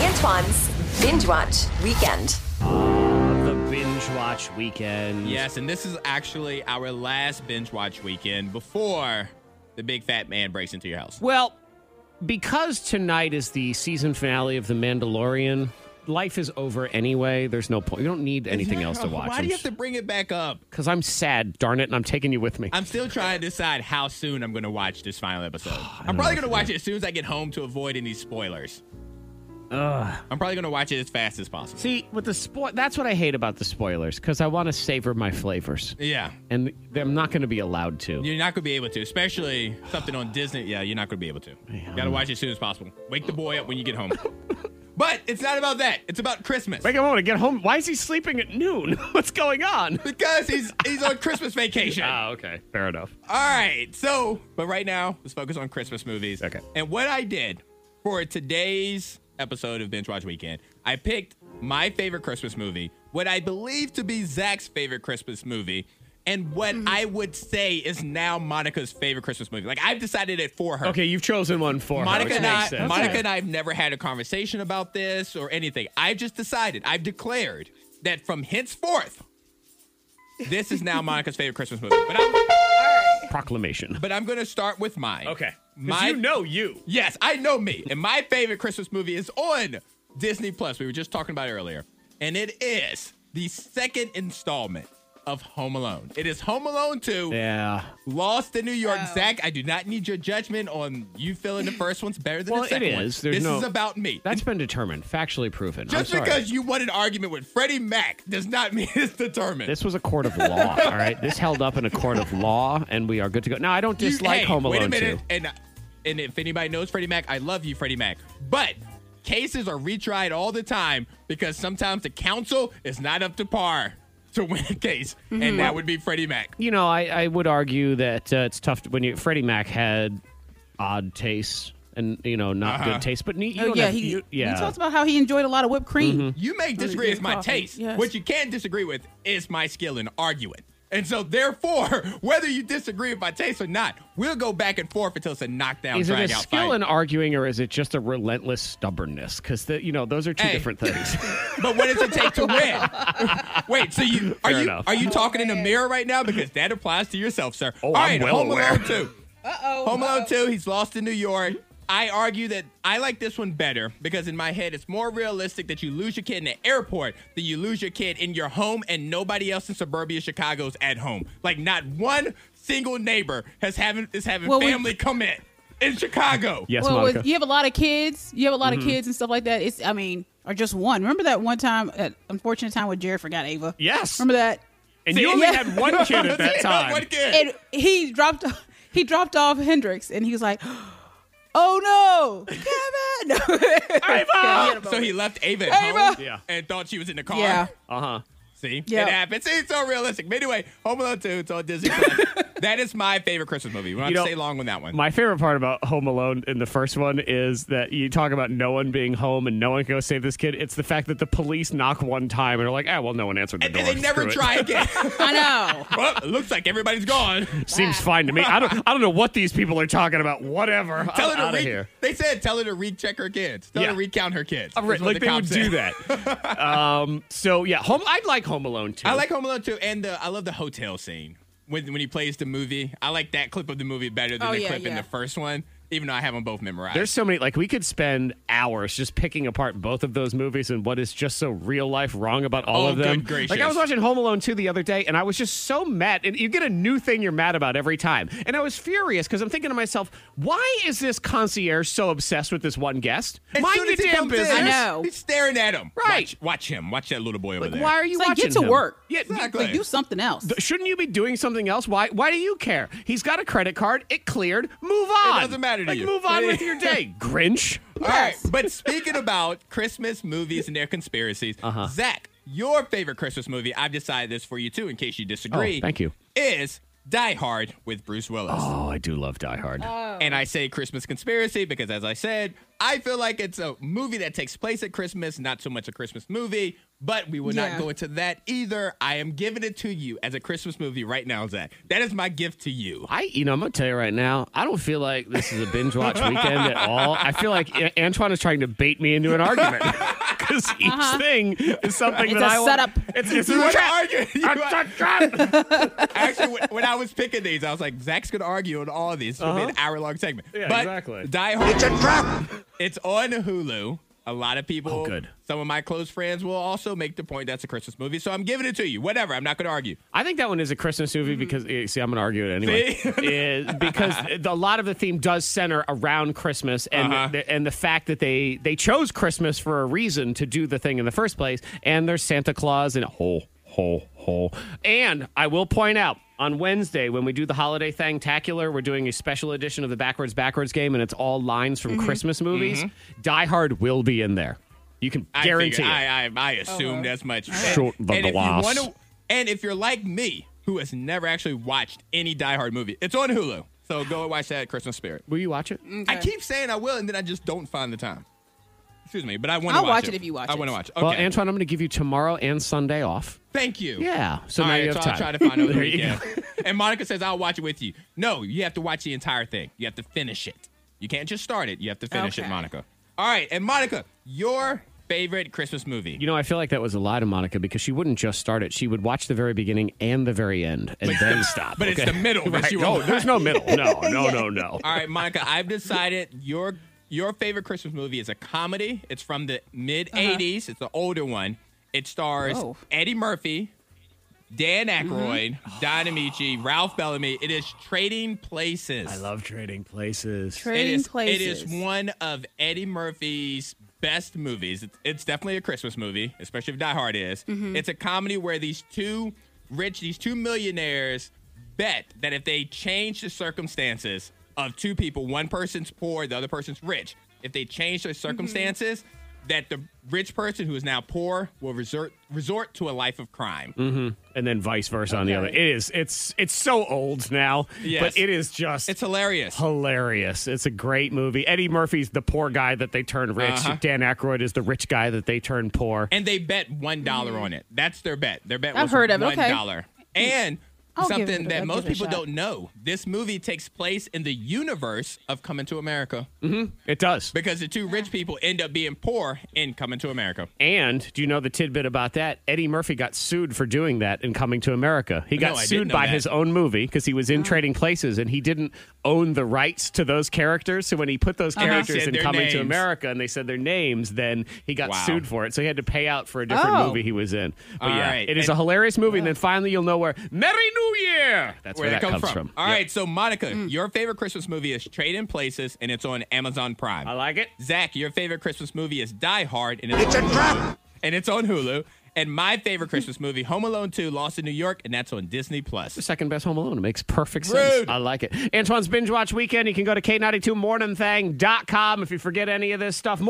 Just One's Binge Watch Weekend. the binge watch weekend. Yes, and this is actually our last binge watch weekend before the big fat man breaks into your house. Well, because tonight is the season finale of The Mandalorian, life is over anyway. There's no point. You don't need anything else to watch. Why do you have to bring it back up? Because I'm sad, darn it, and I'm taking you with me. I'm still trying to decide how soon I'm going to watch this final episode. I'm probably going to watch it as soon as I get home to avoid any spoilers. Ugh. I'm probably going to watch it as fast as possible. See, with the spoil, that's what I hate about the spoilers because I want to savor my flavors, Yeah, and I'm not going to be allowed to. you're not going to be able to, especially something on Disney. Yeah, you're not going to be able to. You got to watch it as soon as possible. Wake the boy up when you get home. but it's not about that. It's about Christmas. Make him want to get home. Why is he sleeping at noon? What's going on? Because he's he's on Christmas vacation. Ah, okay, fair enough. All right. So, but right now, let's focus on Christmas movies. Okay. And what I did for today's episode of Binge Watch Weekend, I picked my favorite Christmas movie, what I believe to be Zach's favorite Christmas movie, and what Mm-hmm. I would say is now Monica's favorite Christmas movie. Like, I've decided it for her. Okay, you've chosen one for her, Monica which and makes I, sense. Monica Okay. and I have never had a conversation about this or anything. I've just decided, I've declared that from henceforth, this is now Monica's favorite Christmas movie. But I'm, proclamation. but I'm going to start with mine. My- My, know you. yes, I know me. And my favorite Christmas movie is on Disney Plus. We were just talking about it earlier. And it is the second installment of Home Alone. It is Home Alone 2, Yeah. Lost in New York. Zach, I do not need your judgment on you feeling the first one's better than Well, the it second one. is. There's this no- is about me. That's been determined, factually proven. I'm just sorry. because you won an argument with Freddie Mac does not mean it's determined. this was a court of law, all right? This held up in a court of law, and we are good to go. Now, I don't You- dislike hey, Home Alone Wait a minute, 2. and and if anybody knows Freddie Mac, I love you, Freddie Mac. But cases are retried all the time because sometimes the counsel is not up to par to win a case, Mm-hmm. and that would be Freddie Mac. You know, I, I would argue that uh, it's tough to- when you Freddie Mac had odd tastes and you know not Uh-huh. good taste, but you, you Oh, don't yeah, have, he, you, he yeah. Mm-hmm. talks about how he enjoyed a lot of whipped cream. You may disagree good with my coffee, taste. yes. What you can disagree with is my skill in arguing. And so, therefore, whether you disagree with my taste or not, we'll go back and forth until it's a knockdown, is it a drag out skill fight. in arguing, or is it just a relentless stubbornness? Because you know those are two Hey. different things. But what does it take to win? Wait, so you are Fair you enough. are you talking in the mirror right now? Because that applies to yourself, sir. Oh, All I'm right, well Home aware. Alone two. Uh-oh, Home Alone two. He's lost in New York. I argue that I like this one better because in my head it's more realistic that you lose your kid in the airport than you lose your kid in your home and nobody else in suburbia Chicago's at home. Like not one single neighbor has having is having Well, we- family come in in Chicago. yes, well, Monica. Mm-hmm. with- you have a lot of kids. You have a lot of kids and stuff like that. It's, I mean, or just one. Remember that one time, that unfortunate time when Jared forgot Ava. Yes. Remember that? and See, you only yeah. had one kid at that Yeah, time. one kid. And he dropped, he dropped off Hendrix, and he was like, "Oh no, Kevin!" uh, Ava. So he left Ava at Ava! home Yeah. and thought she was in the car. Yeah. Uh huh. See, Yeah. it happens. See, it's so realistic. But anyway, Home Alone 2, it's on Disney Plus. that is my favorite Christmas movie. We don't have You to know, stay long on that one. My favorite part about Home Alone in the first one is that you talk about no one being home and no one can go save this kid. It's the fact that the police knock one time and are like, ah, well, no one answered the and door. then they never Screw it." try again. I know. well, it looks like everybody's gone. Seems fine to me. I don't. I don't know what these people are talking about. Whatever. Tell I'm out her to of re- here. They said tell her to recheck her kids. Tell her Yeah. to recount her kids. All right, is what like the they would cops do said. that. um, so yeah, home. I'd like Home Alone too. I like Home Alone 2 and the, I love the hotel scene when, when he plays the movie. I like that clip of the movie better than Oh, the yeah, clip in yeah. the first one, even though I have them both memorized. There's so many. Like we could spend hours just picking apart both of those movies and what is just so real life wrong about all Oh, of them. good gracious. Like I was watching Home Alone 2 the other day, and I was just so mad. And you get a new thing you're mad about every time. And I was furious because I'm thinking to myself, why is this concierge so obsessed with this one guest? As Mind soon your as he damn comes in, business. I know. He's staring at him. Right. Watch, watch him. Watch that little boy over there. Why are you It's like, watching? get to him? work. Yeah, Exactly. Like do something else. Shouldn't you be doing something else? Why? Why do you care? He's got a credit card. It cleared. Move on. doesn't matter to like, you. Move on with your day, Grinch. All right, Yes. but speaking about Christmas movies and their conspiracies, Uh-huh. Zach, your favorite Christmas movie, I've decided this for you too, in case you disagree. Oh, thank you. Is Die Hard with Bruce Willis. Oh, I do love Die Hard. And I say Christmas conspiracy because, as I said, I feel like it's a movie that takes place at Christmas, not so much a Christmas movie, but we will not Yeah. go into that either. I am giving it to you as a Christmas movie right now, Zach. That is my gift to you. I, you know, I'm gonna tell you right now, I don't feel like this is a binge watch weekend at all. I feel like A- Antoine is trying to bait me into an argument. because each thing is something Uh-huh. that It's a I want- setup. It's, it's You a want to trap. argue? You want- It's a trap. Actually, when- when I was picking these, I was like, Zach's gonna argue on all of these. It's gonna be an hour long segment. Uh-huh. Yeah, but exactly. Die Hard. It's a trap. It's on Hulu. A lot of people. Oh, good. Some of my close friends will also make the point that's a Christmas movie, so I'm giving it to you. Whatever. I'm not gonna argue. I think that one is a Christmas movie because eh, see, I'm going to argue it anyway. Mm-hmm. See? Eh, because the, a lot of the theme does center around Christmas and Uh-huh. the, and the fact that they they chose Christmas for a reason to do the thing in the first place. And there's Santa Claus and ho ho ho. And I will point out. On Wednesday, when we do the holiday thing, Tacular, we're doing a special edition of the Backwards Backwards game, and it's all lines Mm-hmm. from Christmas movies. Die Hard will be in there. You can I guarantee figure- it. I, I, I assumed as much. And- Short the and if you glass. wanna- and if you're like me, who has never actually watched any Die Hard movie, it's on Hulu. So go and watch that Christmas Spirit. will you watch it? I keep saying I will, and then I just don't find the time. Excuse me, but I want to I'll watch, watch it if you watch I it. want to watch. it. Okay. Well, Antoine, I'm going to give you tomorrow and Sunday off. Thank you. Yeah. So All now right, you have so time. I'll try to find out the There you weekend. and Monica says I'll watch it with you. No, you have to watch the entire thing. You have to finish it. You can't just start it. You have to finish it, Okay. Monica. All right, and Monica, your favorite Christmas movie? You know, I feel like that was a lie to Monica because she wouldn't just start it. She would watch the very beginning and the very end and then stop. but it's okay? the middle that Right. Oh, you No, won't there's no middle. No, no, no, no. All right, Monica, I've decided your your favorite Christmas movie is a comedy. It's from the mid '80s. It's an older one. It stars Whoa. Eddie Murphy, Dan Aykroyd, Don DiMichi, Ralph Bellamy. It is Trading Places. I love trading places. it Trading is, places. It is one of Eddie Murphy's best movies. It's, it's definitely a Christmas movie, especially if Die Hard is. It's a comedy where these two rich, these two millionaires bet that if they change the circumstances of two people, one person's poor, the other person's rich, if they change their circumstances, that the rich person who is now poor will resort resort to a life of crime. and then vice versa on the Okay. other. It is. It's it's so old now, Yes. but it is just It's hilarious. hilarious. It's a great movie. Eddie Murphy's the poor guy that they turn rich. Uh-huh. Dan Aykroyd is the rich guy that they turn poor. and they bet one on it. That's their bet. Their bet Mm. I've was heard of it. one Okay. dollar. And I'll give it something a- that I'll most give it a people shot. don't know: this movie takes place in the universe of Coming to America Mm-hmm. It does. because the two rich people end up being poor in Coming to America. And do you know the tidbit about that? Eddie Murphy got sued for doing that in Coming to America. He got No, I didn't sued know by that. his own movie because he was in Trading Places and he didn't own the rights to those characters. So when he put those characters said in their Coming to names. America and they said their names, then he got Wow. sued for it. So he had to pay out for a different Oh. movie he was in. But All yeah, right. it is And- a hilarious movie. And then finally you'll know where Merry New Year. That's where, Where, that that comes, comes from. from. All right, so Monica, Mm. your favorite Christmas movie is Trade in Places, and it's on Amazon Prime. I like it. Zach, your favorite Christmas movie is Die Hard, and it's, on Hulu. And it's on Hulu. And my favorite Christmas movie, Home Alone 2, Lost in New York, and that's on Disney Plus. Second best Home Alone. It makes perfect sense. Rude. I like it. Antoine's Binge Watch Weekend. You can go to K92morningthang.com if you forget any of this stuff.